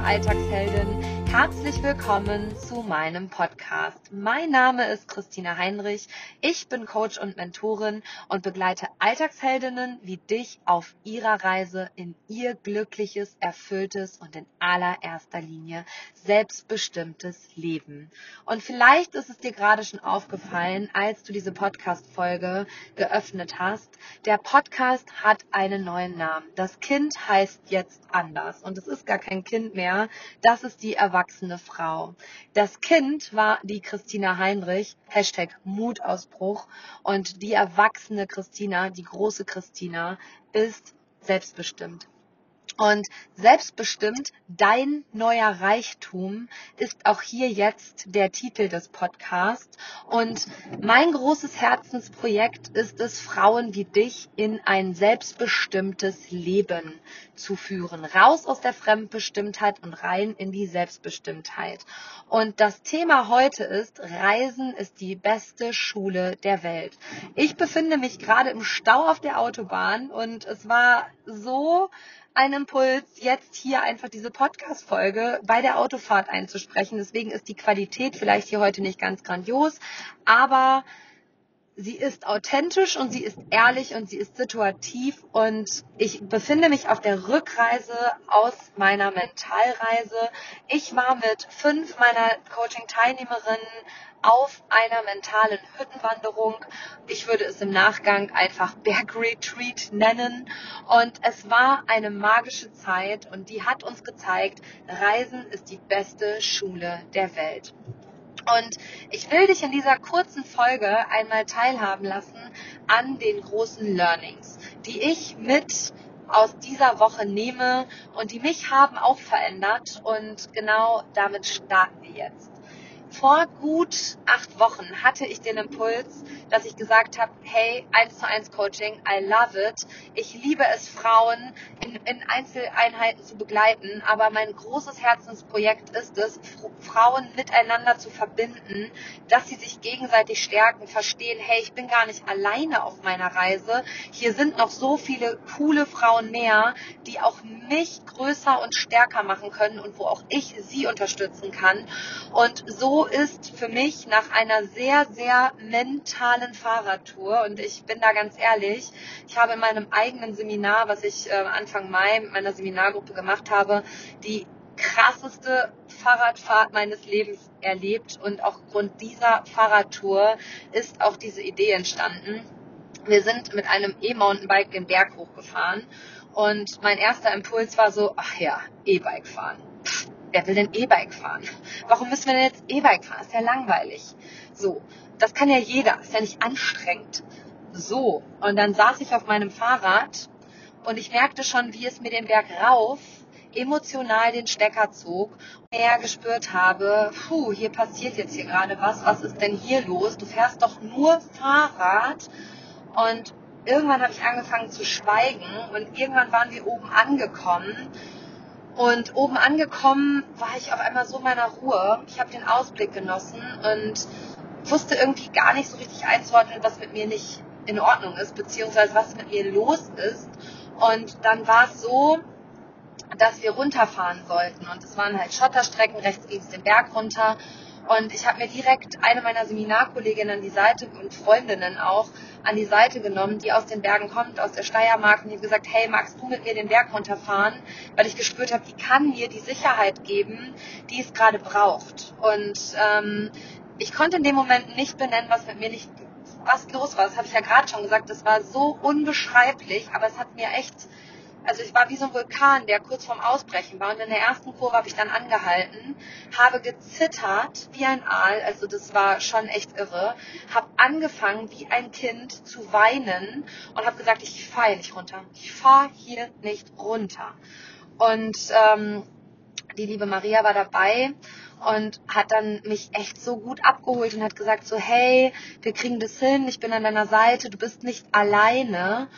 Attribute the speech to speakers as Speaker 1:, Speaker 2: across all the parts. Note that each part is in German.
Speaker 1: Alltagsheldin. Herzlich willkommen zu meinem Podcast. Mein Name ist Christina Heinrich. Ich bin Coach und Mentorin und begleite Alltagsheldinnen wie dich auf ihrer Reise in ihr glückliches, erfülltes und in allererster Linie selbstbestimmtes Leben. Und vielleicht ist es dir gerade schon aufgefallen, als du diese Podcast-Folge geöffnet hast. Der Podcast hat einen neuen Namen. Das Kind heißt jetzt anders und es ist gar kein Kind mehr. Das ist die erwachsene Frau. Das Kind war die Christina Heinrich, Hashtag Mutausbruch. Und die erwachsene Christina, die große Christina, ist selbstbestimmt. Und selbstbestimmt, dein neuer Reichtum ist auch hier jetzt der Titel des Podcasts. Und mein großes Herzensprojekt ist es, Frauen wie dich in ein selbstbestimmtes Leben zu führen. Raus aus der Fremdbestimmtheit und rein in die Selbstbestimmtheit. Und das Thema heute ist, Reisen ist die beste Schule der Welt. Ich befinde mich gerade im Stau auf der Autobahn und es war so ein Impuls, jetzt hier einfach diese Podcast-Folge bei der Autofahrt einzusprechen. Deswegen ist die Qualität vielleicht hier heute nicht ganz grandios, aber sie ist authentisch und sie ist ehrlich und sie ist situativ und ich befinde mich auf der Rückreise aus meiner Mentalreise. Ich war mit fünf meiner Coaching-Teilnehmerinnen auf einer mentalen Hüttenwanderung. Ich würde es im Nachgang einfach Bergretreat nennen. Und es war eine magische Zeit und die hat uns gezeigt, Reisen ist die beste Schule der Welt. Und ich will dich in dieser kurzen Folge einmal teilhaben lassen an den großen Learnings, die ich mit aus dieser Woche nehme und die mich haben auch verändert. Und genau damit starten wir jetzt. Vor gut acht Wochen hatte ich den Impuls, dass ich gesagt habe, hey, 1 zu 1 Coaching, I love it. Ich liebe es, Frauen in, in Einzeleinheiten zu begleiten, aber mein großes Herzensprojekt ist es, Frauen miteinander zu verbinden, dass sie sich gegenseitig stärken, verstehen, hey, ich bin gar nicht alleine auf meiner Reise. Hier sind noch so viele coole Frauen mehr, die auch mich größer und stärker machen können und wo auch ich sie unterstützen kann. Und so ist für mich nach einer sehr, sehr mentalen Fahrradtour, und ich bin da ganz ehrlich, ich habe in meinem eigenen Seminar, was ich äh, Anfang Mai mit meiner Seminargruppe gemacht habe, die krasseste Fahrradfahrt meines Lebens erlebt. Und auch aufgrund dieser Fahrradtour ist auch diese Idee entstanden. Wir sind mit einem E-Mountainbike den Berg hochgefahren und mein erster Impuls war so, ach ja, E-Bike fahren. Pff, wer will denn E-Bike fahren? Warum müssen wir denn jetzt E-Bike fahren? Ist ja langweilig. So, das kann ja jeder, ist ja nicht anstrengend. So, und dann saß ich auf meinem Fahrrad und ich merkte schon, wie es mir den Berg rauf emotional den Stecker zog und mehr gespürt habe, puh, hier passiert jetzt hier gerade was, was ist denn hier los? Du fährst doch nur Fahrrad und irgendwann habe ich angefangen zu schweigen und irgendwann waren wir oben angekommen und oben angekommen war ich auf einmal so in meiner Ruhe. Ich habe den Ausblick genossen und wusste irgendwie gar nicht so richtig einzuordnen, was mit mir nicht in Ordnung ist, beziehungsweise was mit mir los ist. Und dann war es so, dass wir runterfahren sollten. Und es waren halt Schotterstrecken, rechts ging es den Berg runter. Und ich habe mir direkt eine meiner Seminarkolleginnen an die Seite und Freundinnen auch an die Seite genommen, die aus den Bergen kommt, aus der Steiermark. Und die gesagt, hey, magst du mit mir den Berg runterfahren? Weil ich gespürt habe, die kann mir die Sicherheit geben, die es gerade braucht. Und ähm, ich konnte in dem Moment nicht benennen, was mit mir nicht was los war. Das habe ich ja gerade schon gesagt. Das war so unbeschreiblich, aber es hat mir echt also ich war wie so ein Vulkan, der kurz vorm Ausbrechen war. Und in der ersten Kurve habe ich dann angehalten, habe gezittert wie ein Aal, also das war schon echt irre, habe angefangen wie ein Kind zu weinen und habe gesagt, ich fahre hier nicht runter. Ich fahre hier nicht runter. Und ähm, die liebe Maria war dabei und hat dann mich echt so gut abgeholt und hat gesagt so, hey, wir kriegen das hin, ich bin an deiner Seite, du bist nicht alleine.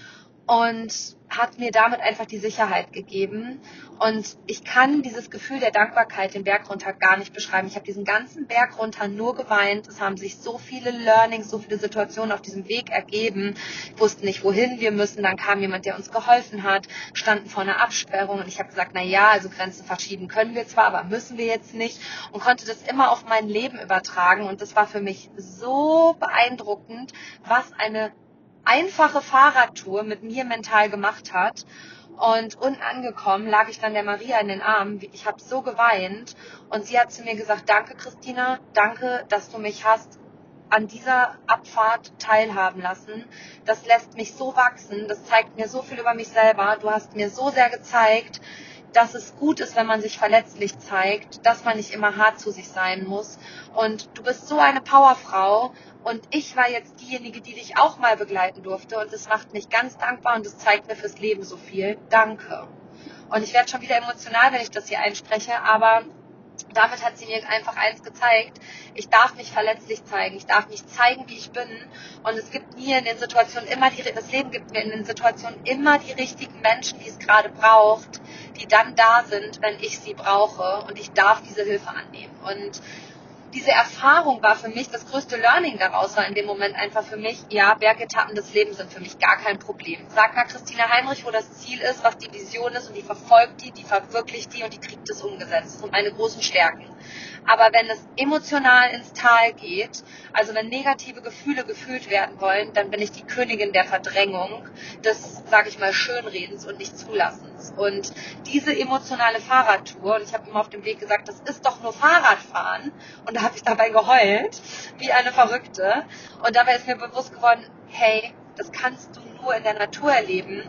Speaker 1: und hat mir damit einfach die Sicherheit gegeben. Und ich kann dieses Gefühl der Dankbarkeit den Berg runter gar nicht beschreiben. Ich habe diesen ganzen Berg runter nur geweint. Es haben sich so viele Learnings, so viele Situationen auf diesem Weg ergeben. Ich wusste nicht, wohin wir müssen. Dann kam jemand, der uns geholfen hat, standen vor einer Absperrung und ich habe gesagt, na ja, also Grenzen verschieben können wir zwar, aber müssen wir jetzt nicht und konnte das immer auf mein Leben übertragen. Und das war für mich so beeindruckend, was eine einfache Fahrradtour mit mir mental gemacht hat. Und unangekommen lag ich dann der Maria in den Armen. Ich habe so geweint. Und sie hat zu mir gesagt, danke Christina, danke, dass du mich hast an dieser Abfahrt teilhaben lassen. Das lässt mich so wachsen, das zeigt mir so viel über mich selber. Du hast mir so sehr gezeigt, dass es gut ist, wenn man sich verletzlich zeigt, dass man nicht immer hart zu sich sein muss. Und du bist so eine Powerfrau und ich war jetzt diejenige, die dich auch mal begleiten durfte und das macht mich ganz dankbar und das zeigt mir fürs Leben so viel. Danke. Und ich werde schon wieder emotional, wenn ich das hier einspreche, aber damit hat sie mir einfach eins gezeigt. Ich darf mich verletzlich zeigen. Ich darf mich zeigen, wie ich bin. Und es gibt mir in den Situationen immer die, das Leben gibt mir in den Situationen immer die richtigen Menschen, die es gerade braucht, die dann da sind, wenn ich sie brauche. Und ich darf diese Hilfe annehmen. Und diese Erfahrung war für mich das größte Learning daraus, war in dem Moment einfach für mich, ja, Bergetappen des Lebens sind für mich gar kein Problem. Sag mal Christina Heinrich, wo das Ziel ist, was die Vision ist und die verfolgt die, die verwirklicht die und die kriegt es umgesetzt. Das sind meine großen Stärken. Aber wenn es emotional ins Tal geht, also wenn negative Gefühle gefühlt werden wollen, dann bin ich die Königin der Verdrängung, des, sage ich mal, Schönredens und nicht Zulassens. Und diese emotionale Fahrradtour, und ich habe immer auf dem Weg gesagt, das ist doch nur Fahrradfahren, und da habe ich dabei geheult, wie eine Verrückte. Und dabei ist mir bewusst geworden, hey, das kannst du nur in der Natur erleben.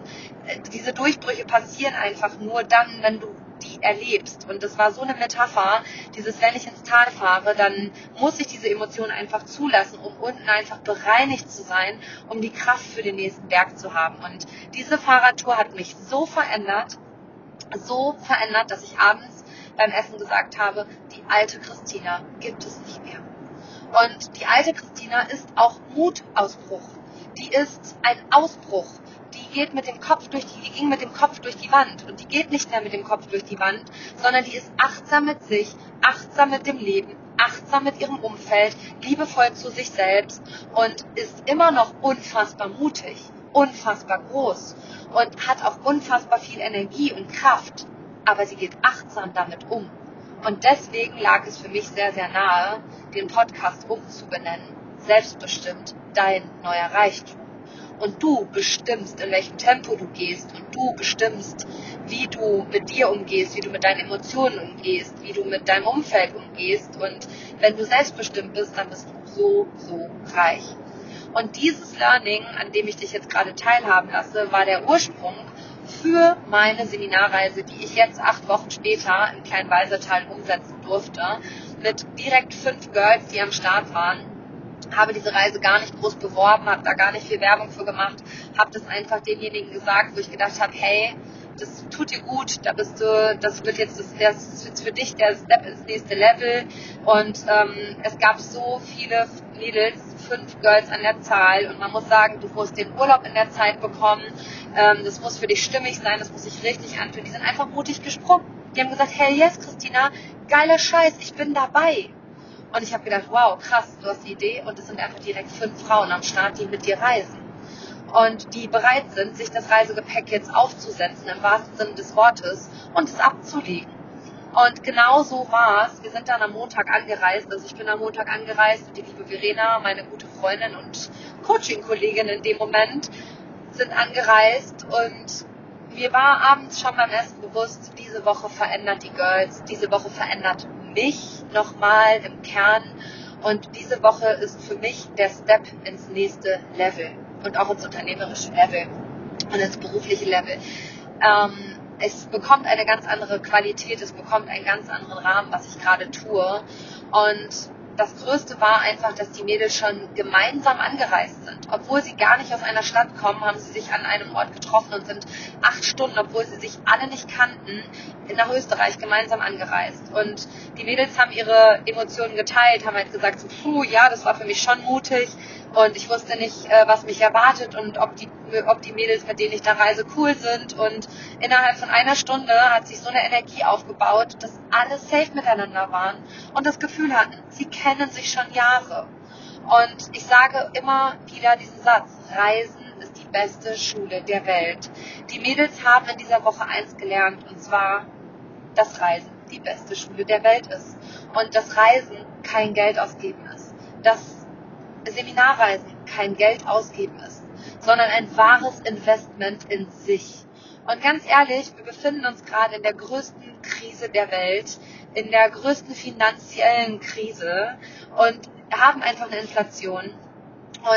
Speaker 1: Diese Durchbrüche passieren einfach nur dann, wenn du die erlebst. Und das war so eine Metapher, dieses, wenn ich ins Tal fahre, dann muss ich diese Emotionen einfach zulassen, um unten einfach bereinigt zu sein, um die Kraft für den nächsten Berg zu haben. Und diese Fahrradtour hat mich so verändert, so verändert, dass ich abends beim Essen gesagt habe, die alte Christina gibt es nicht mehr. Und die alte Christina ist auch Mutausbruch. Die ist ein Ausbruch die geht mit dem Kopf durch die, die ging mit dem Kopf durch die Wand und die geht nicht mehr mit dem Kopf durch die Wand, sondern die ist achtsam mit sich, achtsam mit dem Leben, achtsam mit ihrem Umfeld, liebevoll zu sich selbst und ist immer noch unfassbar mutig, unfassbar groß und hat auch unfassbar viel Energie und Kraft, aber sie geht achtsam damit um. Und deswegen lag es für mich sehr, sehr nahe, den Podcast umzubenennen. Selbstbestimmt dein neuer Reichtum und du bestimmst, in welchem Tempo du gehst und du bestimmst, wie du mit dir umgehst, wie du mit deinen Emotionen umgehst, wie du mit deinem Umfeld umgehst und wenn du selbstbestimmt bist, dann bist du so, so reich. Und dieses Learning, an dem ich dich jetzt gerade teilhaben lasse, war der Ursprung für meine Seminarreise, die ich jetzt acht Wochen später im kleinen Walsertal umsetzen durfte, mit direkt fünf Girls, die am Start waren habe diese Reise gar nicht groß beworben, habe da gar nicht viel Werbung für gemacht, habe das einfach denjenigen gesagt, wo ich gedacht habe, hey, das tut dir gut, da bist du, das wird jetzt das, das ist jetzt für dich der Step ins nächste Level. Und ähm, es gab so viele Mädels, fünf Girls an der Zahl. Und man muss sagen, du musst den Urlaub in der Zeit bekommen. Ähm, das muss für dich stimmig sein, das muss sich richtig anfühlen. Die sind einfach mutig gesprungen. Die haben gesagt, hey yes, Christina, geiler Scheiß, ich bin dabei. Und ich habe gedacht, wow, krass, du hast die Idee. Und es sind einfach direkt fünf Frauen am Start, die mit dir reisen. Und die bereit sind, sich das Reisegepäck jetzt aufzusetzen, im wahrsten Sinne des Wortes, und es abzulegen. Und genau so war es. Wir sind dann am Montag angereist. Also ich bin am Montag angereist und die liebe Verena, meine gute Freundin und Coaching-Kollegin in dem Moment, sind angereist und mir war abends schon beim Essen bewusst, diese Woche verändert die Girls, diese Woche verändert mich nochmal im Kern. Und diese Woche ist für mich der Step ins nächste Level und auch ins unternehmerische Level und ins berufliche Level. Ähm, es bekommt eine ganz andere Qualität, es bekommt einen ganz anderen Rahmen, was ich gerade tue. Und das Größte war einfach, dass die Mädels schon gemeinsam angereist sind. Obwohl sie gar nicht aus einer Stadt kommen, haben sie sich an einem Ort getroffen und sind acht Stunden, obwohl sie sich alle nicht kannten, nach Österreich gemeinsam angereist. Und die Mädels haben ihre Emotionen geteilt, haben halt gesagt, so, puh, ja, das war für mich schon mutig und ich wusste nicht, äh, was mich erwartet und ob die, ob die Mädels, mit denen ich da reise, cool sind. Und innerhalb von einer Stunde hat sich so eine Energie aufgebaut, dass alle safe miteinander waren und das Gefühl hatten, sie kennen sich schon Jahre. Und ich sage immer wieder diesen Satz, Reisen ist die beste Schule der Welt. Die Mädels haben in dieser Woche eins gelernt, und zwar, dass Reisen die beste Schule der Welt ist. Und dass Reisen kein Geld ausgeben ist. Dass Seminarreisen kein Geld ausgeben ist, sondern ein wahres Investment in sich. Und ganz ehrlich, wir befinden uns gerade in der größten Krise der Welt, in der größten finanziellen Krise und haben einfach eine Inflation.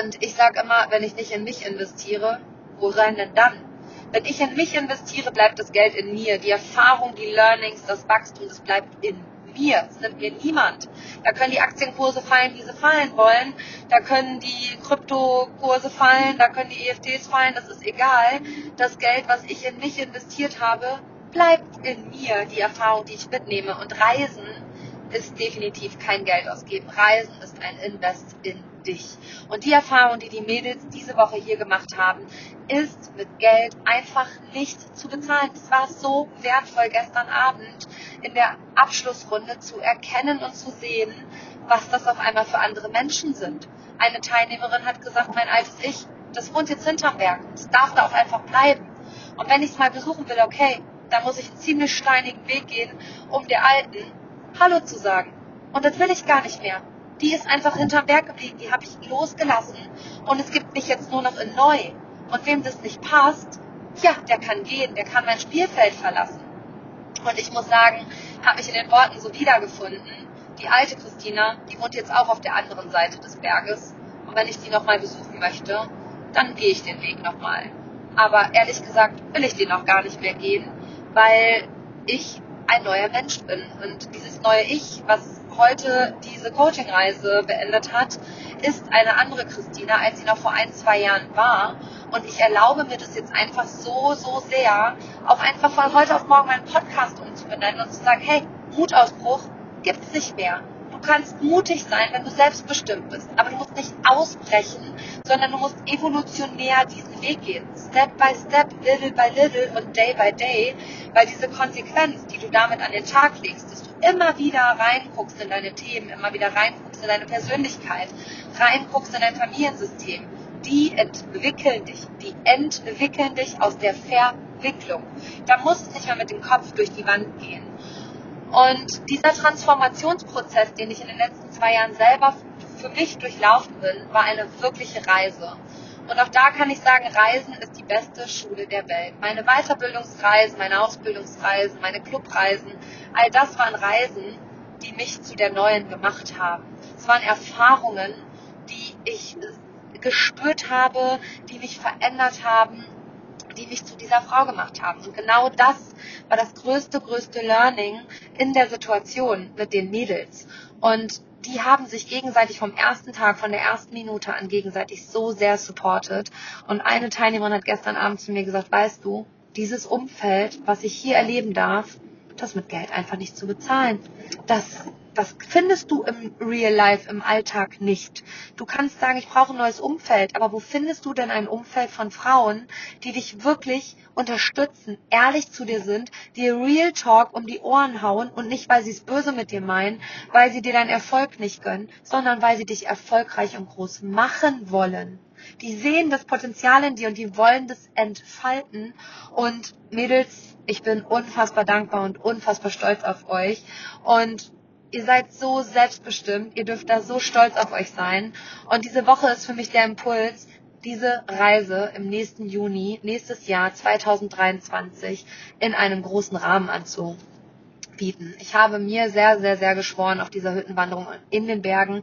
Speaker 1: Und ich sage immer, wenn ich nicht in mich investiere, worin denn dann? Wenn ich in mich investiere, bleibt das Geld in mir. Die Erfahrung, die Learnings, das Wachstum, das bleibt in mir. Das nimmt mir niemand. Da können die Aktienkurse fallen, wie sie fallen wollen. Da können die Kryptokurse fallen, da können die EFTs fallen. Das ist egal. Das Geld, was ich in mich investiert habe, bleibt in mir. Die Erfahrung, die ich mitnehme. Und Reisen ist definitiv kein Geld ausgeben. Reisen ist ein Invest in dich. Und die Erfahrung, die die Mädels diese Woche hier gemacht haben, ist mit Geld einfach nicht zu bezahlen. Es war so wertvoll gestern Abend in der Abschlussrunde zu erkennen und zu sehen, was das auf einmal für andere Menschen sind. Eine Teilnehmerin hat gesagt, mein altes Ich, das wohnt jetzt hinterm Berg. Das darf da auch einfach bleiben. Und wenn ich es mal besuchen will, okay, dann muss ich einen ziemlich steinigen Weg gehen, um der Alten Hallo zu sagen. Und das will ich gar nicht mehr. Die ist einfach hinterm Berg geblieben, die habe ich losgelassen und es gibt mich jetzt nur noch in neu. Und wem das nicht passt, ja, der kann gehen, der kann mein Spielfeld verlassen. Und ich muss sagen, habe mich in den Worten so wiedergefunden. Die alte Christina, die wohnt jetzt auch auf der anderen Seite des Berges. Und wenn ich die nochmal besuchen möchte, dann gehe ich den Weg nochmal. Aber ehrlich gesagt will ich den auch gar nicht mehr gehen, weil ich ein neuer Mensch bin. Und dieses neue Ich, was heute diese Coachingreise beendet hat, ist eine andere Christina, als sie noch vor ein, zwei Jahren war. Und ich erlaube mir das jetzt einfach so, so sehr, auch einfach von heute auf morgen meinen Podcast umzubenennen und zu sagen, hey, Mutausbruch gibt's nicht mehr. Du kannst mutig sein, wenn du selbstbestimmt bist. Aber du musst nicht ausbrechen, sondern du musst evolutionär diesen Weg gehen. Step by step, little by little und day by day. Weil diese Konsequenz, die du damit an den Tag legst, dass du immer wieder reinguckst in deine Themen, immer wieder reinguckst in deine Persönlichkeit, reinguckst in dein Familiensystem, die entwickeln dich. Die entwickeln dich aus der Verwicklung. Da muss es nicht mehr mit dem Kopf durch die Wand gehen. Und dieser Transformationsprozess, den ich in den letzten zwei Jahren selber für mich durchlaufen bin, war eine wirkliche Reise. Und auch da kann ich sagen, Reisen ist die beste Schule der Welt. Meine Weiterbildungsreisen, meine Ausbildungsreisen, meine Clubreisen, all das waren Reisen, die mich zu der neuen gemacht haben. Es waren Erfahrungen, die ich gespürt habe, die mich verändert haben, die mich zu dieser Frau gemacht haben. Und genau das war das größte, größte Learning in der Situation mit den Mädels. Und die haben sich gegenseitig vom ersten Tag, von der ersten Minute an gegenseitig so sehr supportet. Und eine Teilnehmerin hat gestern Abend zu mir gesagt, weißt du, dieses Umfeld, was ich hier erleben darf, das mit Geld einfach nicht zu bezahlen. Das, das findest du im Real Life, im Alltag nicht. Du kannst sagen, ich brauche ein neues Umfeld, aber wo findest du denn ein Umfeld von Frauen, die dich wirklich unterstützen, ehrlich zu dir sind, dir Real Talk um die Ohren hauen und nicht, weil sie es böse mit dir meinen, weil sie dir deinen Erfolg nicht gönnen, sondern weil sie dich erfolgreich und groß machen wollen. Die sehen das Potenzial in dir und die wollen das entfalten. Und Mädels, ich bin unfassbar dankbar und unfassbar stolz auf euch. Und ihr seid so selbstbestimmt, ihr dürft da so stolz auf euch sein. Und diese Woche ist für mich der Impuls, diese Reise im nächsten Juni, nächstes Jahr 2023 in einem großen Rahmen anzubieten. Ich habe mir sehr, sehr, sehr geschworen auf dieser Hüttenwanderung in den Bergen,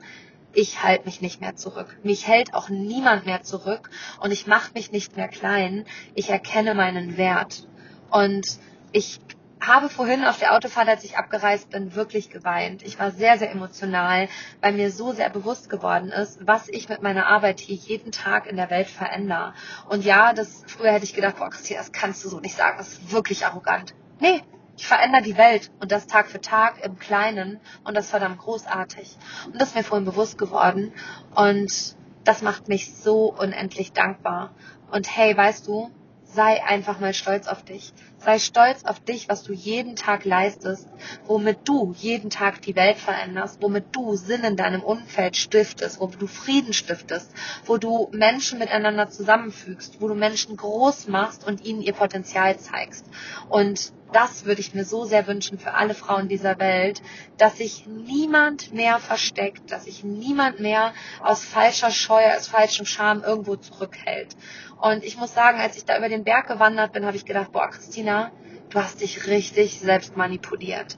Speaker 1: ich halte mich nicht mehr zurück. Mich hält auch niemand mehr zurück und ich mache mich nicht mehr klein. Ich erkenne meinen Wert. Und ich habe vorhin auf der Autofahrt, als ich abgereist bin, wirklich geweint. Ich war sehr, sehr emotional, weil mir so sehr bewusst geworden ist, was ich mit meiner Arbeit hier jeden Tag in der Welt verändere. Und ja, das früher hätte ich gedacht, boah, Christina, das kannst du so nicht sagen, das ist wirklich arrogant. Nee, ich verändere die Welt und das Tag für Tag im Kleinen und das verdammt großartig. Und das ist mir vorhin bewusst geworden und Das macht mich so unendlich dankbar. Und hey, weißt du, sei einfach mal stolz auf dich. Sei stolz auf dich, was du jeden Tag leistest, womit du jeden Tag die Welt veränderst, womit du Sinn in deinem Umfeld stiftest, womit du Frieden stiftest, wo du Menschen miteinander zusammenfügst, wo du Menschen groß machst und ihnen ihr Potenzial zeigst. Und das würde ich mir so sehr wünschen für alle Frauen dieser Welt, dass sich niemand mehr versteckt, dass sich niemand mehr aus falscher Scheu, aus falschem Charme irgendwo zurückhält. Und ich muss sagen, als ich da über den Berg gewandert bin, habe ich gedacht, boah, Christina, du hast dich richtig selbst manipuliert.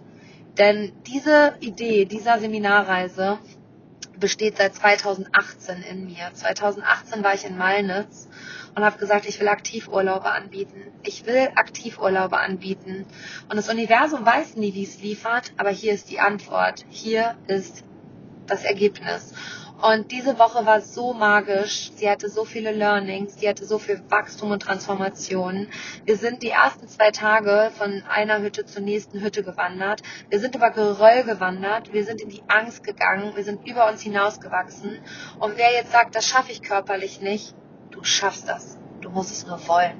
Speaker 1: Denn diese Idee dieser Seminarreise besteht seit 2018 in mir. 2018 war ich in Malnitz und habe gesagt, ich will Aktivurlaube anbieten. Ich will Aktivurlaube anbieten. Und das Universum weiß nie, wie es liefert, aber hier ist die Antwort. Hier ist das Ergebnis. Und diese Woche war so magisch. Sie hatte so viele Learnings, sie hatte so viel Wachstum und Transformation. Wir sind die ersten zwei Tage von einer Hütte zur nächsten Hütte gewandert. Wir sind über Geröll gewandert. Wir sind in die Angst gegangen. Wir sind über uns hinausgewachsen. Und wer jetzt sagt, das schaffe ich körperlich nicht, du schaffst das. Du musst es nur wollen.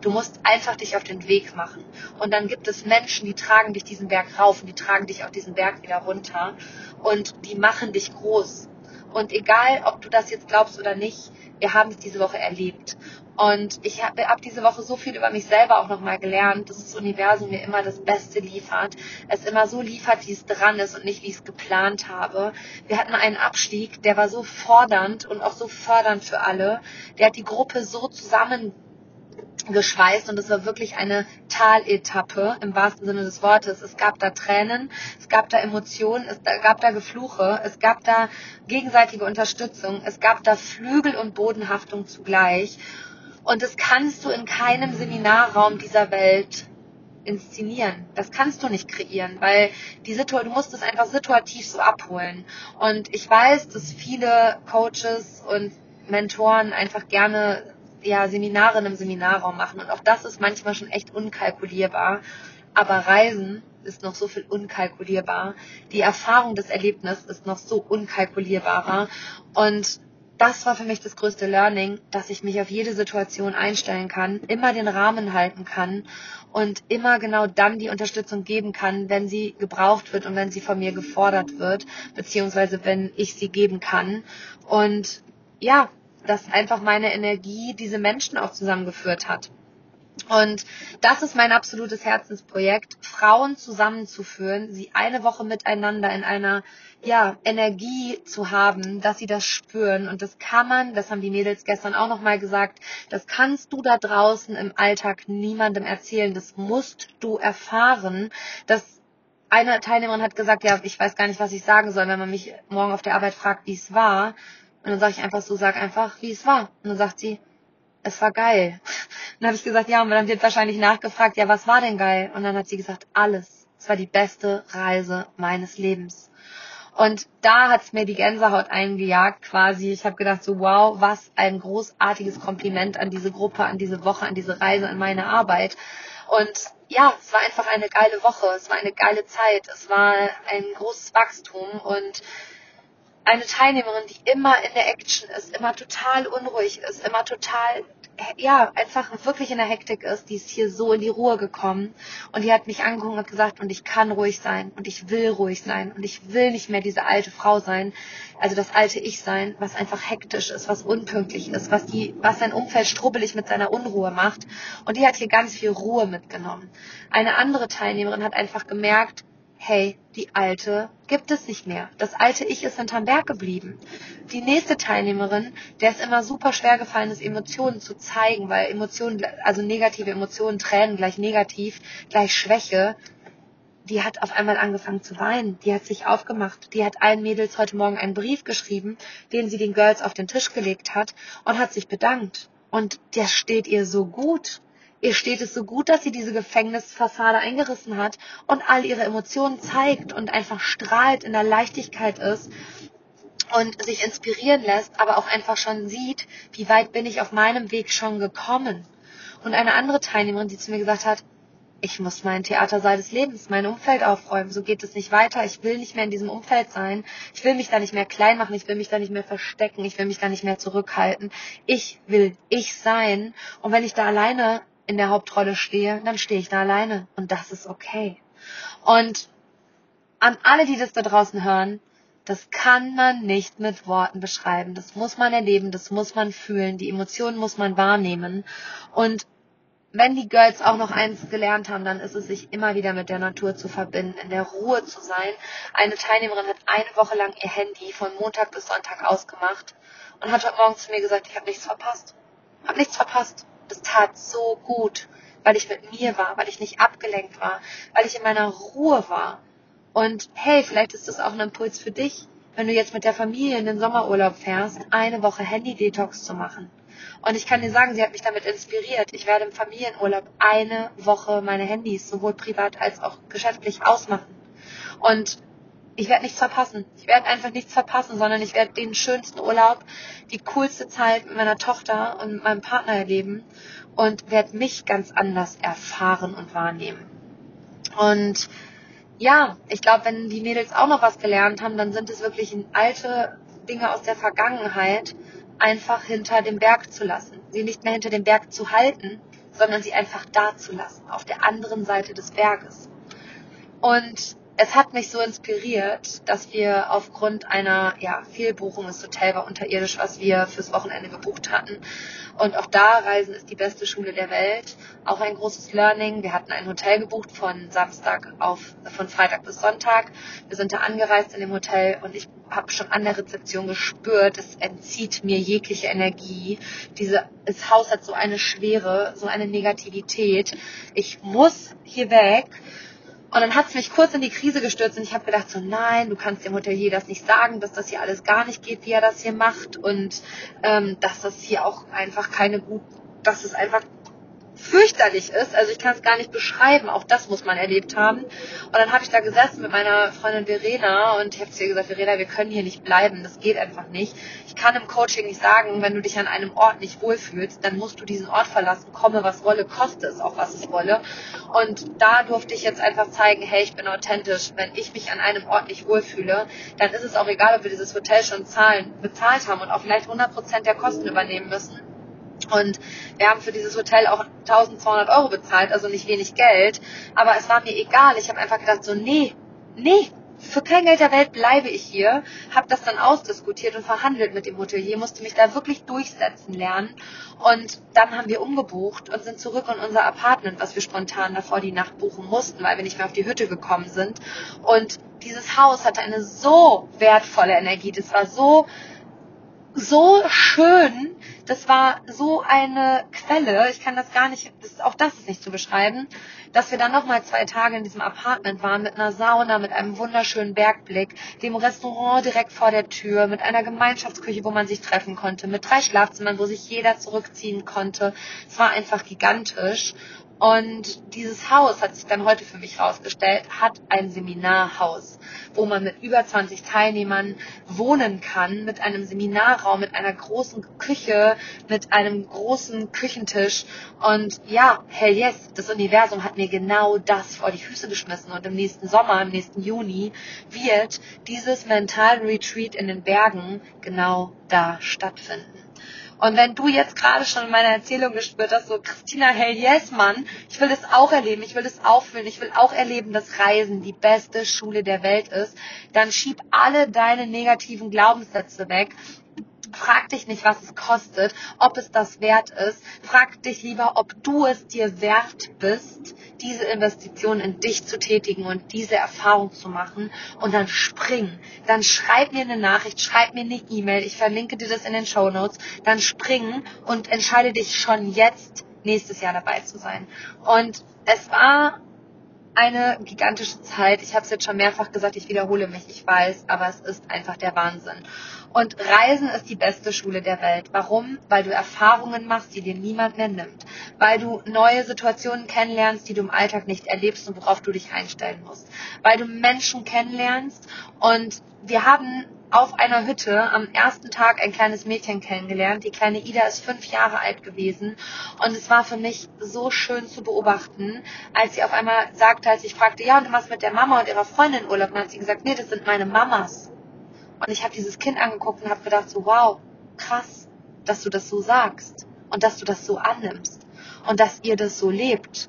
Speaker 1: Du musst einfach dich auf den Weg machen. Und dann gibt es Menschen, die tragen dich diesen Berg rauf und die tragen dich auch diesen Berg wieder runter. Und die machen dich groß. Und egal, ob du das jetzt glaubst oder nicht, wir haben es diese Woche erlebt. Und ich habe ab diese Woche so viel über mich selber auch nochmal gelernt, dass das Universum mir immer das Beste liefert. Es immer so liefert, wie es dran ist und nicht, wie ich es geplant habe. Wir hatten einen Abstieg, der war so fordernd und auch so fördernd für alle. Der hat die Gruppe so zusammen geschweißt und es war wirklich eine Taletappe im wahrsten Sinne des Wortes. Es gab da Tränen, es gab da Emotionen, es gab da Gefluche, es gab da gegenseitige Unterstützung, es gab da Flügel und Bodenhaftung zugleich. Und das kannst du in keinem Seminarraum dieser Welt inszenieren. Das kannst du nicht kreieren, weil die Situation, du musst es einfach situativ so abholen. Und ich weiß, dass viele Coaches und Mentoren einfach gerne ja, Seminare in einem Seminarraum machen. Und auch das ist manchmal schon echt unkalkulierbar. Aber Reisen ist noch so viel unkalkulierbar. Die Erfahrung des Erlebnisses ist noch so unkalkulierbarer. Und das war für mich das größte Learning, dass ich mich auf jede Situation einstellen kann, immer den Rahmen halten kann und immer genau dann die Unterstützung geben kann, wenn sie gebraucht wird und wenn sie von mir gefordert wird, beziehungsweise wenn ich sie geben kann. Und ja, dass einfach meine Energie diese Menschen auch zusammengeführt hat. Und das ist mein absolutes Herzensprojekt, Frauen zusammenzuführen, sie eine Woche miteinander in einer ja, Energie zu haben, dass sie das spüren. Und das kann man, das haben die Mädels gestern auch nochmal gesagt, das kannst du da draußen im Alltag niemandem erzählen. Das musst du erfahren. Das eine Teilnehmerin hat gesagt, ja, ich weiß gar nicht, was ich sagen soll, wenn man mich morgen auf der Arbeit fragt, wie es war. Und dann sage ich einfach so, sag einfach, wie es war. Und dann sagt sie, es war geil. Und dann habe ich gesagt, ja, und dann wird wahrscheinlich nachgefragt, ja, was war denn geil? Und dann hat sie gesagt, alles. Es war die beste Reise meines Lebens. Und da hat's mir die Gänsehaut eingejagt quasi. Ich habe gedacht, so wow, was ein großartiges Kompliment an diese Gruppe, an diese Woche, an diese Reise, an meine Arbeit. Und ja, es war einfach eine geile Woche, es war eine geile Zeit, es war ein großes Wachstum und eine Teilnehmerin, die immer in der Action ist, immer total unruhig ist, immer total, ja, einfach wirklich in der Hektik ist, die ist hier so in die Ruhe gekommen und die hat mich angeguckt und gesagt, und ich kann ruhig sein und ich will ruhig sein und ich will nicht mehr diese alte Frau sein, also das alte Ich sein, was einfach hektisch ist, was unpünktlich ist, was die, was sein Umfeld strubbelig mit seiner Unruhe macht und die hat hier ganz viel Ruhe mitgenommen. Eine andere Teilnehmerin hat einfach gemerkt, hey, die alte gibt es nicht mehr. Das alte Ich ist hinterm Berg geblieben. Die nächste Teilnehmerin, der es immer super schwer gefallen ist, Emotionen zu zeigen, weil Emotionen, also negative Emotionen, Tränen gleich negativ, gleich Schwäche, die hat auf einmal angefangen zu weinen. Die hat sich aufgemacht. Die hat allen Mädels heute Morgen einen Brief geschrieben, den sie den Girls auf den Tisch gelegt hat und hat sich bedankt. Und der steht ihr so gut. Ihr steht es so gut, dass sie diese Gefängnisfassade eingerissen hat und all ihre Emotionen zeigt und einfach strahlt, in der Leichtigkeit ist und sich inspirieren lässt, aber auch einfach schon sieht, wie weit bin ich auf meinem Weg schon gekommen. Und eine andere Teilnehmerin, die zu mir gesagt hat, ich muss mein Theatersaal des Lebens, mein Umfeld aufräumen. So geht es nicht weiter. Ich will nicht mehr in diesem Umfeld sein. Ich will mich da nicht mehr klein machen. Ich will mich da nicht mehr verstecken. Ich will mich da nicht mehr zurückhalten. Ich will ich sein. Und wenn ich da alleine in der Hauptrolle stehe, dann stehe ich da alleine. Und das ist okay. Und an alle, die das da draußen hören, das kann man nicht mit Worten beschreiben. Das muss man erleben, das muss man fühlen, die Emotionen muss man wahrnehmen. Und wenn die Girls auch noch eins gelernt haben, dann ist es sich immer wieder mit der Natur zu verbinden, in der Ruhe zu sein. Eine Teilnehmerin hat eine Woche lang ihr Handy von Montag bis Sonntag ausgemacht und hat heute Morgen zu mir gesagt, ich habe nichts verpasst. Hab nichts verpasst. Das tat so gut, weil ich mit mir war, weil ich nicht abgelenkt war, weil ich in meiner Ruhe war. Und hey, vielleicht ist das auch ein Impuls für dich, wenn du jetzt mit der Familie in den Sommerurlaub fährst, eine Woche Handy-Detox zu machen. Und ich kann dir sagen, sie hat mich damit inspiriert. Ich werde im Familienurlaub eine Woche meine Handys sowohl privat als auch geschäftlich ausmachen. Und ich werde nichts verpassen. Ich werde einfach nichts verpassen, sondern ich werde den schönsten Urlaub, die coolste Zeit mit meiner Tochter und mit meinem Partner erleben und werde mich ganz anders erfahren und wahrnehmen. Und ja, ich glaube, wenn die Mädels auch noch was gelernt haben, dann sind es wirklich alte Dinge aus der Vergangenheit, einfach hinter dem Berg zu lassen. Sie nicht mehr hinter dem Berg zu halten, sondern sie einfach da zu lassen, auf der anderen Seite des Berges. Und es hat mich so inspiriert, dass wir aufgrund einer ja, Fehlbuchung, das Hotel war unterirdisch, was wir fürs Wochenende gebucht hatten. Und auch da, Reisen ist die beste Schule der Welt. Auch ein großes Learning. Wir hatten ein Hotel gebucht von Samstag auf, von Freitag bis Sonntag. Wir sind da angereist in dem Hotel und ich habe schon an der Rezeption gespürt, es entzieht mir jegliche Energie. Diese, das Haus hat so eine Schwere, so eine Negativität. Ich muss hier weg. Und dann hat's mich kurz in die Krise gestürzt und ich habe gedacht, so nein, du kannst dem Hotelier das nicht sagen, dass das hier alles gar nicht geht, wie er das hier macht und ähm, dass das hier auch einfach keine gut, dass es einfach fürchterlich ist. Also ich kann es gar nicht beschreiben, auch das muss man erlebt haben. Und dann habe ich da gesessen mit meiner Freundin Verena und ich habe zu ihr gesagt, Verena, wir können hier nicht bleiben, das geht einfach nicht. Ich kann im Coaching nicht sagen, wenn du dich an einem Ort nicht wohlfühlst, dann musst du diesen Ort verlassen, komme was wolle, koste es auch was es wolle. Und da durfte ich jetzt einfach zeigen, hey, ich bin authentisch. Wenn ich mich an einem Ort nicht wohlfühle, dann ist es auch egal, ob wir dieses Hotel schon zahlen, bezahlt haben und auch vielleicht 100% der Kosten übernehmen müssen. Und wir haben für dieses Hotel auch 1200 Euro bezahlt, also nicht wenig Geld. Aber es war mir egal. Ich habe einfach gedacht, so, nee, nee, für kein Geld der Welt bleibe ich hier. Habe das dann ausdiskutiert und verhandelt mit dem Hotelier, musste mich da wirklich durchsetzen lernen. Und dann haben wir umgebucht und sind zurück in unser Apartment, was wir spontan davor die Nacht buchen mussten, weil wir nicht mehr auf die Hütte gekommen sind. Und dieses Haus hatte eine so wertvolle Energie. Das war so so schön. Das war so eine Quelle. Ich kann das gar nicht, das, auch das ist nicht zu beschreiben, dass wir dann nochmal zwei Tage in diesem Apartment waren mit einer Sauna, mit einem wunderschönen Bergblick, dem Restaurant direkt vor der Tür, mit einer Gemeinschaftsküche, wo man sich treffen konnte, mit drei Schlafzimmern, wo sich jeder zurückziehen konnte. Es war einfach gigantisch. Und dieses Haus hat sich dann heute für mich rausgestellt, hat ein Seminarhaus, wo man mit über 20 Teilnehmern wohnen kann, mit einem Seminarraum, mit einer großen Küche, mit einem großen Küchentisch. Und ja, hell yes, das Universum hat mir genau das vor die Füße geschmissen. Und im nächsten Sommer, im nächsten Juni, wird dieses Mental Retreat in den Bergen genau da stattfinden. Und wenn du jetzt gerade schon in meiner Erzählung gespürt hast, so Christina, hell yes, Mann, ich will das auch erleben, ich will das auch fühlen, ich will auch erleben, dass Reisen die beste Schule der Welt ist, dann schieb alle deine negativen Glaubenssätze weg. Frag dich nicht, was es kostet, ob es das wert ist. Frag dich lieber, ob du es dir wert bist, diese Investition in dich zu tätigen und diese Erfahrung zu machen. Und dann spring. Dann schreib mir eine Nachricht, schreib mir eine E-Mail. Ich verlinke dir das in den Show Notes. Dann spring und entscheide dich schon jetzt, nächstes Jahr dabei zu sein. Und es war eine gigantische Zeit. Ich habe es jetzt schon mehrfach gesagt, ich wiederhole mich, ich weiß, aber es ist einfach der Wahnsinn. Und Reisen ist die beste Schule der Welt. Warum? Weil du Erfahrungen machst, die dir niemand mehr nimmt. Weil du neue Situationen kennenlernst, die du im Alltag nicht erlebst und worauf du dich einstellen musst. Weil du Menschen kennenlernst und wir haben auf einer Hütte am ersten Tag ein kleines Mädchen kennengelernt. Die kleine Ida ist fünf Jahre alt gewesen und es war für mich so schön zu beobachten, als sie auf einmal sagte, als ich fragte, ja, und du machst mit der Mama und ihrer Freundin Urlaub, und dann hat sie gesagt, nee, das sind meine Mamas. Und ich habe dieses Kind angeguckt und habe gedacht, so wow, krass, dass du das so sagst und dass du das so annimmst und dass ihr das so lebt.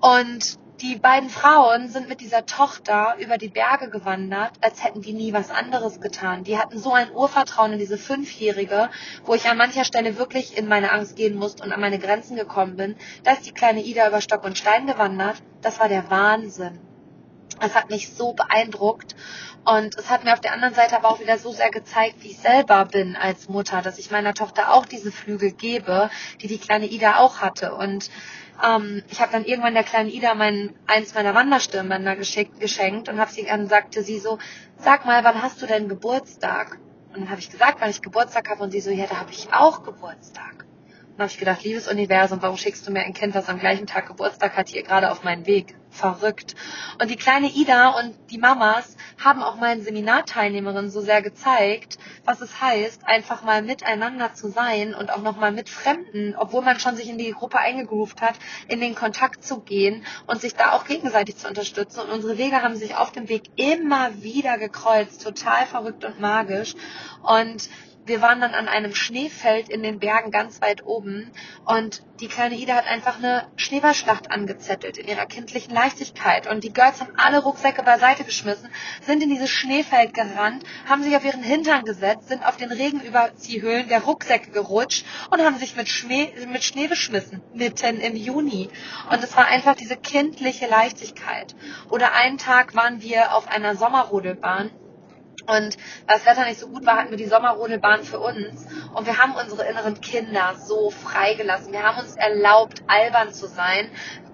Speaker 1: Und die beiden Frauen sind mit dieser Tochter über die Berge gewandert, als hätten die nie was anderes getan. Die hatten so ein Urvertrauen in diese Fünfjährige, wo ich an mancher Stelle wirklich in meine Angst gehen musste und an meine Grenzen gekommen bin. Da ist die kleine Ida über Stock und Stein gewandert. Das war der Wahnsinn. Es hat mich so beeindruckt und es hat mir auf der anderen Seite aber auch wieder so sehr gezeigt, wie ich selber bin als Mutter, dass ich meiner Tochter auch diese Flügel gebe, die die kleine Ida auch hatte. Und ähm, ich habe dann irgendwann der kleinen Ida mein, eins meiner Wanderstirnbänder geschickt, geschenkt und habe sie dann sagte sie so, sag mal, wann hast du denn Geburtstag? Und dann habe ich gesagt, wann ich Geburtstag habe und sie so, ja, da habe ich auch Geburtstag. Und habe ich gedacht, liebes Universum, warum schickst du mir ein Kind, das am gleichen Tag Geburtstag hat, hier gerade auf meinen Weg? Verrückt. Und die kleine Ida und die Mamas haben auch meinen Seminarteilnehmerinnen so sehr gezeigt, was es heißt, einfach mal miteinander zu sein und auch nochmal mit Fremden, obwohl man schon sich in die Gruppe eingegroovt hat, in den Kontakt zu gehen und sich da auch gegenseitig zu unterstützen. Und unsere Wege haben sich auf dem Weg immer wieder gekreuzt. Total verrückt und magisch. Und wir waren dann an einem Schneefeld in den Bergen ganz weit oben und die kleine Ida hat einfach eine Schneeballschlacht angezettelt in ihrer kindlichen Leichtigkeit und die Girls haben alle Rucksäcke beiseite geschmissen, sind in dieses Schneefeld gerannt, haben sich auf ihren Hintern gesetzt, sind auf den Regenüberziehhöhlen der Rucksäcke gerutscht und haben sich mit Schnee, mit Schnee beschmissen, mitten im Juni. Und es war einfach diese kindliche Leichtigkeit. Oder einen Tag waren wir auf einer Sommerrodelbahn und weil das Wetter nicht so gut war, hatten wir die Sommerrodelbahn für uns. Und wir haben unsere inneren Kinder so freigelassen. Wir haben uns erlaubt, albern zu sein,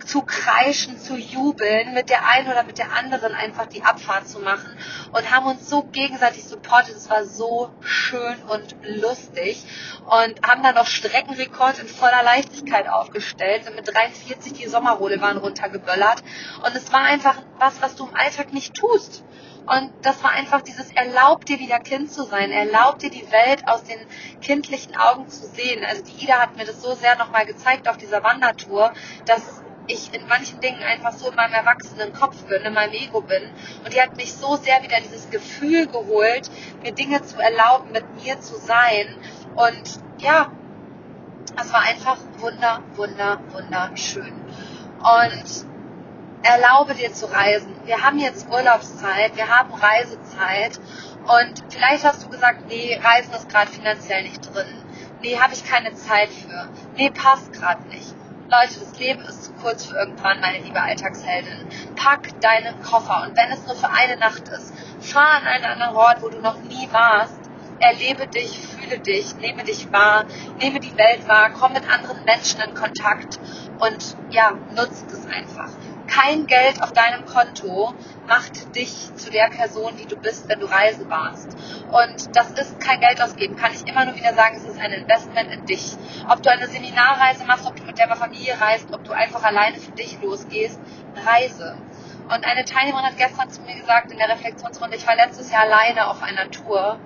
Speaker 1: zu kreischen, zu jubeln, mit der einen oder mit der anderen einfach die Abfahrt zu machen und haben uns so gegenseitig supportet. Es war so schön und lustig und haben dann noch Streckenrekord in voller Leichtigkeit aufgestellt, sind mit 43 die Sommerrodelbahn runtergeböllert. Und es war einfach was, was du im Alltag nicht tust. Und das war einfach dieses Erlaub dir wieder Kind zu sein, erlaub dir die Welt aus den kindlichen Augen zu sehen. Also die Ida hat mir das so sehr nochmal gezeigt auf dieser Wandertour, dass ich in manchen Dingen einfach so in meinem erwachsenen Kopf bin, in meinem Ego bin. Und die hat mich so sehr wieder dieses Gefühl geholt, mir Dinge zu erlauben, mit mir zu sein. Und ja, es war einfach wunder, wunder, wunderschön. Und erlaube dir zu reisen. Wir haben jetzt Urlaubszeit, wir haben Reisezeit und vielleicht hast du gesagt, nee, Reisen ist gerade finanziell nicht drin. Nee, habe ich keine Zeit für. Nee, passt gerade nicht. Leute, das Leben ist zu kurz für irgendwann, meine liebe Alltagsheldin. Pack deinen Koffer und wenn es nur für eine Nacht ist, fahr an einen anderen Ort, wo du noch nie warst. Erlebe dich, fühle dich, nehme dich wahr, nehme die Welt wahr, komm mit anderen Menschen in Kontakt und ja, nutzt es einfach kein Geld auf deinem Konto macht dich zu der Person, die du bist, wenn du reisen warst. Und das ist kein Geld ausgeben, kann ich immer nur wieder sagen, es ist ein Investment in dich. Ob du eine Seminarreise machst, ob du mit deiner Familie reist, ob du einfach alleine für dich losgehst, reise. Und eine Teilnehmerin hat gestern zu mir gesagt in der Reflexionsrunde, ich war letztes Jahr alleine auf einer Tour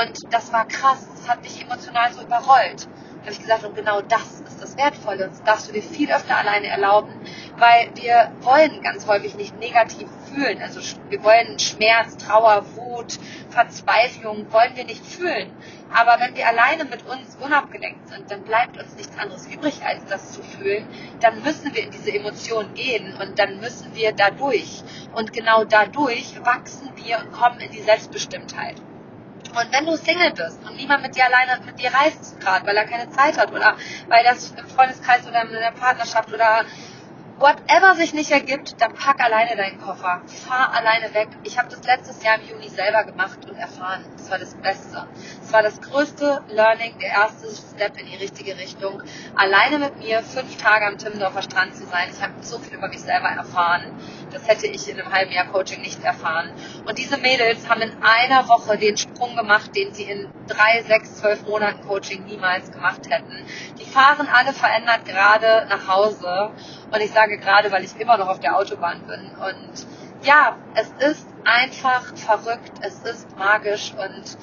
Speaker 1: und das war krass, das hat mich emotional so überrollt. Habe ich gesagt, und genau das ist das Wertvolle, das darfst du dir viel öfter alleine erlauben, weil wir wollen ganz häufig nicht negativ fühlen. Also wir wollen Schmerz, Trauer, Wut, Verzweiflung, wollen wir nicht fühlen. Aber wenn wir alleine mit uns unabgelenkt sind, dann bleibt uns nichts anderes übrig, als das zu fühlen. Dann müssen wir in diese Emotionen gehen und dann müssen wir dadurch. Und genau dadurch wachsen wir und kommen in die Selbstbestimmtheit. Und wenn du Single bist und niemand mit dir alleine mit dir reist gerade, weil er keine Zeit hat oder weil das im Freundeskreis oder in der Partnerschaft oder whatever sich nicht ergibt, dann pack alleine deinen Koffer. Fahr alleine weg. Ich habe das letztes Jahr im Juni selber gemacht und erfahren. Es war das Beste. Es war das größte Learning, der erste Step in die richtige Richtung. Alleine mit mir fünf Tage am Timmendorfer Strand zu sein. Ich habe so viel über mich selber erfahren. Das hätte ich in einem halben Jahr Coaching nicht erfahren. Und diese Mädels haben in einer Woche den Sprung gemacht, den sie in drei, sechs, zwölf Monaten Coaching niemals gemacht hätten. Die fahren alle verändert gerade nach Hause. Und ich sage gerade, weil ich immer noch auf der Autobahn bin. Und ja, es ist einfach verrückt, es ist magisch und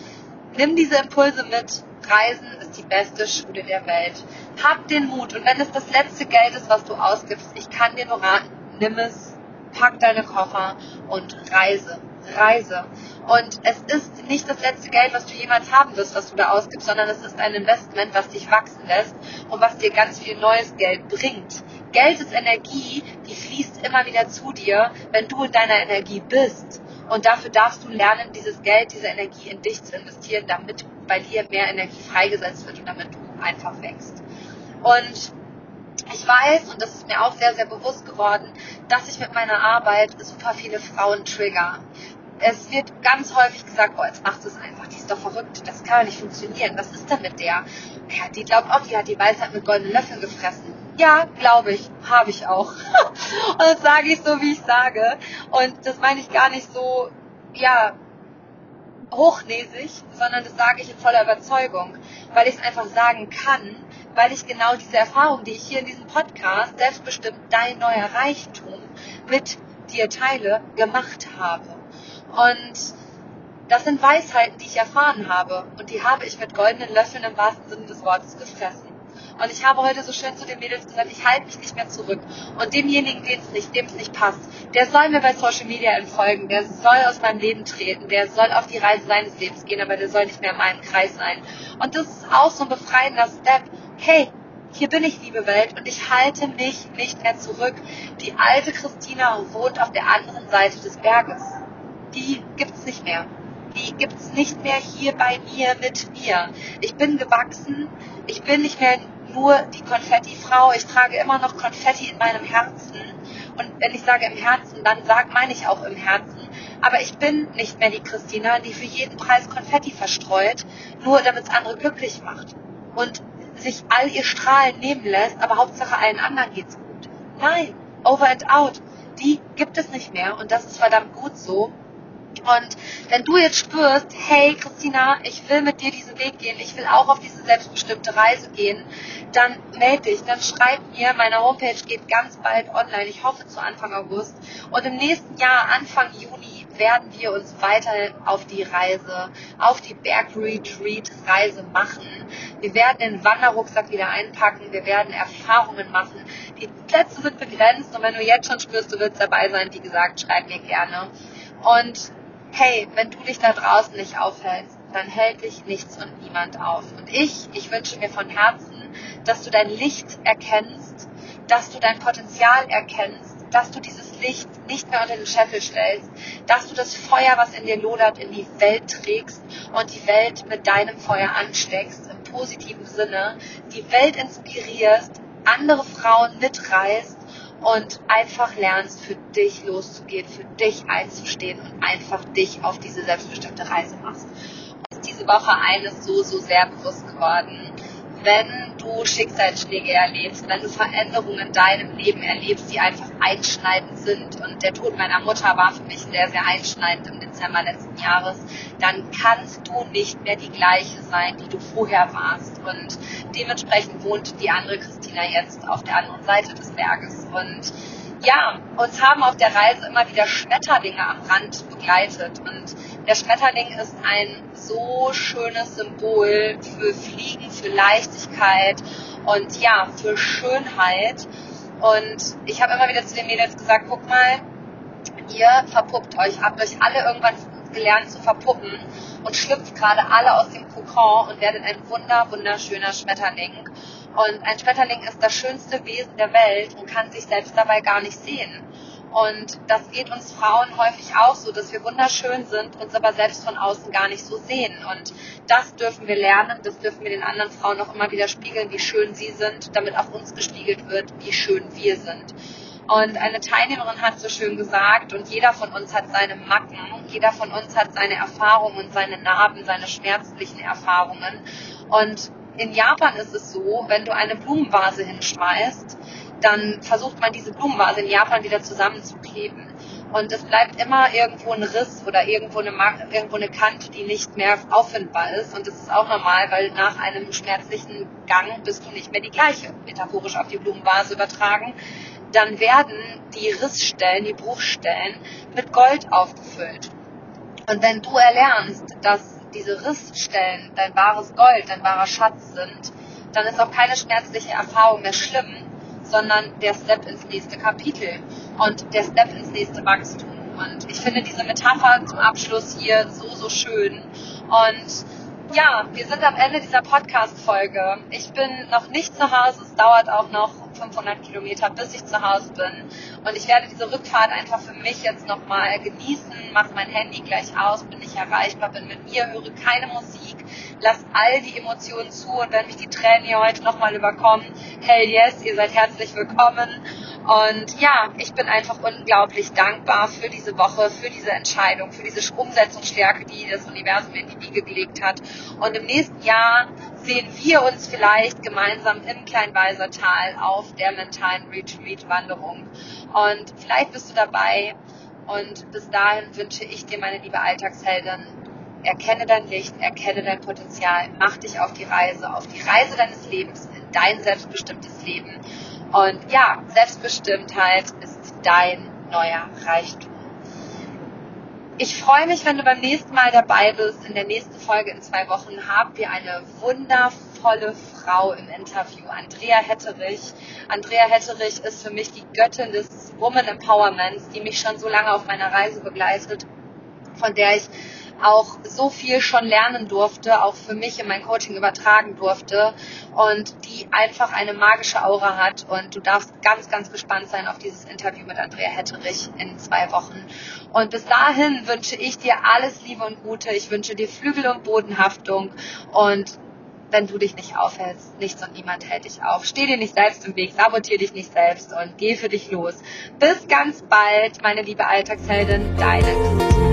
Speaker 1: nimm diese Impulse mit. Reisen ist die beste Schule der Welt. Hab den Mut und wenn es das letzte Geld ist, was du ausgibst, ich kann dir nur raten, nimm es, pack deine Koffer und reise. Reise. Und es ist nicht das letzte Geld, was du jemals haben wirst, was du da ausgibst, sondern es ist ein Investment, was dich wachsen lässt und was dir ganz viel neues Geld bringt. Geld ist Energie, die fließt immer wieder zu dir, wenn du in deiner Energie bist. Und dafür darfst du lernen, dieses Geld, diese Energie in dich zu investieren, damit bei dir mehr Energie freigesetzt wird und damit du einfach wächst. Und ich weiß, und das ist mir auch sehr, sehr bewusst geworden, dass ich mit meiner Arbeit super viele Frauen trigger. Es wird ganz häufig gesagt, oh, jetzt macht es einfach, die ist doch verrückt, das kann doch nicht funktionieren, was ist denn mit der? Ja, die glaubt auch, die hat die Weisheit mit goldenen Löffeln gefressen. Ja, glaube ich, habe ich auch. und das sage ich so, wie ich sage. Und das meine ich gar nicht so, ja, hochnäsig, sondern das sage ich in voller Überzeugung, weil ich es einfach sagen kann, weil ich genau diese Erfahrung, die ich hier in diesem Podcast, selbstbestimmt dein neuer Reichtum mit dir teile, gemacht habe. Und das sind Weisheiten, die ich erfahren habe und die habe ich mit goldenen Löffeln im wahrsten Sinne des Wortes gefressen. Und ich habe heute so schön zu den Mädels gesagt, ich halte mich nicht mehr zurück. Und demjenigen, dem es nicht, dem's nicht passt, der soll mir bei Social Media entfolgen, der soll aus meinem Leben treten, der soll auf die Reise seines Lebens gehen, aber der soll nicht mehr in meinem Kreis sein. Und das ist auch so ein befreiender Step. Hey, hier bin ich, liebe Welt, und ich halte mich nicht mehr zurück. Die alte Christina wohnt auf der anderen Seite des Berges. Die gibt's nicht mehr die gibt's nicht mehr hier bei mir mit mir. Ich bin gewachsen, ich bin nicht mehr nur die Konfetti-Frau, ich trage immer noch Konfetti in meinem Herzen. Und wenn ich sage im Herzen, dann sag, meine ich auch im Herzen. Aber ich bin nicht mehr die Christina, die für jeden Preis Konfetti verstreut, nur damit es andere glücklich macht. Und sich all ihr Strahlen nehmen lässt, aber Hauptsache allen anderen geht's gut. Nein, over and out. Die gibt es nicht mehr und das ist verdammt gut so. Und wenn du jetzt spürst, hey Christina, ich will mit dir diesen Weg gehen, ich will auch auf diese selbstbestimmte Reise gehen, dann melde dich, dann schreib mir. Meine Homepage geht ganz bald online, ich hoffe zu Anfang August. Und im nächsten Jahr, Anfang Juni, werden wir uns weiter auf die Reise, auf die Bergretreat-Reise machen. Wir werden den Wanderrucksack wieder einpacken, wir werden Erfahrungen machen. Die Plätze sind begrenzt und wenn du jetzt schon spürst, du willst dabei sein, wie gesagt, schreib mir gerne. Und hey, wenn du dich da draußen nicht aufhältst, dann hält dich nichts und niemand auf. Und ich, ich wünsche mir von Herzen, dass du dein Licht erkennst, dass du dein Potenzial erkennst, dass du dieses Licht nicht mehr unter den Scheffel stellst, dass du das Feuer, was in dir lodert, in die Welt trägst und die Welt mit deinem Feuer ansteckst, im positiven Sinne, die Welt inspirierst, andere Frauen mitreißt und einfach lernst, für dich loszugehen, für dich einzustehen und einfach dich auf diese selbstbestimmte Reise machst. Und ist diese Woche eines so, so sehr bewusst geworden. Wenn du Schicksalsschläge erlebst, wenn du Veränderungen in deinem Leben erlebst, die einfach einschneidend sind, und der Tod meiner Mutter war für mich sehr, sehr einschneidend im Dezember letzten Jahres, dann kannst du nicht mehr die gleiche sein, die du vorher warst. Und dementsprechend wohnt die andere Christina jetzt auf der anderen Seite des Berges. Und ja, uns haben auf der Reise immer wieder Schmetterlinge am Rand begleitet. Und der Schmetterling ist ein so schönes Symbol für Fliegen, für Leichtigkeit und ja, für Schönheit. Und ich habe immer wieder zu den Mädels gesagt, guck mal, ihr verpuppt euch, habt euch alle irgendwann gelernt zu verpuppen und schlüpft gerade alle aus dem Kokon und werdet ein wunder, wunderschöner Schmetterling. Und ein Schmetterling ist das schönste Wesen der Welt und kann sich selbst dabei gar nicht sehen. Und das geht uns Frauen häufig auch so, dass wir wunderschön sind, uns aber selbst von außen gar nicht so sehen. Und das dürfen wir lernen, das dürfen wir den anderen Frauen auch immer wieder spiegeln, wie schön sie sind, damit auch uns gespiegelt wird, wie schön wir sind. Und eine Teilnehmerin hat so schön gesagt, und jeder von uns hat seine Macken, jeder von uns hat seine Erfahrungen und seine Narben, seine schmerzlichen Erfahrungen. Und in Japan ist es so, wenn du eine Blumenvase hinschmeißt, dann versucht man diese Blumenvase in Japan wieder zusammenzukleben. Und es bleibt immer irgendwo ein Riss oder irgendwo eine, irgendwo eine Kante, die nicht mehr auffindbar ist. Und das ist auch normal, weil nach einem schmerzlichen Gang bist du nicht mehr die gleiche. Metaphorisch auf die Blumenvase übertragen dann werden die Rissstellen, die Bruchstellen mit Gold aufgefüllt. Und wenn du erlernst, dass diese Rissstellen dein wahres Gold, dein wahrer Schatz sind, dann ist auch keine schmerzliche Erfahrung mehr schlimm, sondern der Step ins nächste Kapitel und der Step ins nächste Wachstum. Und ich finde diese Metapher zum Abschluss hier so, so schön. Und ja, wir sind am Ende dieser Podcast-Folge. Ich bin noch nicht zu Hause. Es dauert auch noch 500 Kilometer, bis ich zu Hause bin. Und ich werde diese Rückfahrt einfach für mich jetzt nochmal genießen. Mache mein Handy gleich aus, bin nicht erreichbar, bin mit mir, höre keine Musik, lasse all die Emotionen zu. Und wenn mich die Tränen hier heute nochmal überkommen, hell yes, ihr seid herzlich willkommen. Und ja, ich bin einfach unglaublich dankbar für diese Woche, für diese Entscheidung, für diese Umsetzungsstärke, die das Universum in die Wiege gelegt hat. Und im nächsten Jahr sehen wir uns vielleicht gemeinsam im Kleinweisertal auf der mentalen Retreat-Wanderung. Und vielleicht bist du dabei. Und bis dahin wünsche ich dir, meine liebe Alltagsheldin, erkenne dein Licht, erkenne dein Potenzial, mach dich auf die Reise, auf die Reise deines Lebens, in dein selbstbestimmtes Leben. Und ja, Selbstbestimmtheit ist dein neuer Reichtum. Ich freue mich, wenn du beim nächsten Mal dabei bist. In der nächsten Folge in zwei Wochen haben wir eine wundervolle Frau im Interview, Andrea Hetterich. Andrea Hetterich ist für mich die Göttin des Woman Empowerments, die mich schon so lange auf meiner Reise begleitet, von der ich auch so viel schon lernen durfte, auch für mich in mein Coaching übertragen durfte und die einfach eine magische Aura hat. Und du darfst ganz, ganz gespannt sein auf dieses Interview mit Andrea Hetterich in zwei Wochen. Und bis dahin wünsche ich dir alles Liebe und Gute. Ich wünsche dir Flügel und Bodenhaftung und wenn du dich nicht aufhältst, nichts und niemand hält dich auf. Steh dir nicht selbst im Weg, sabotier dich nicht selbst und geh für dich los. Bis ganz bald, meine liebe Alltagsheldin, deine Christine.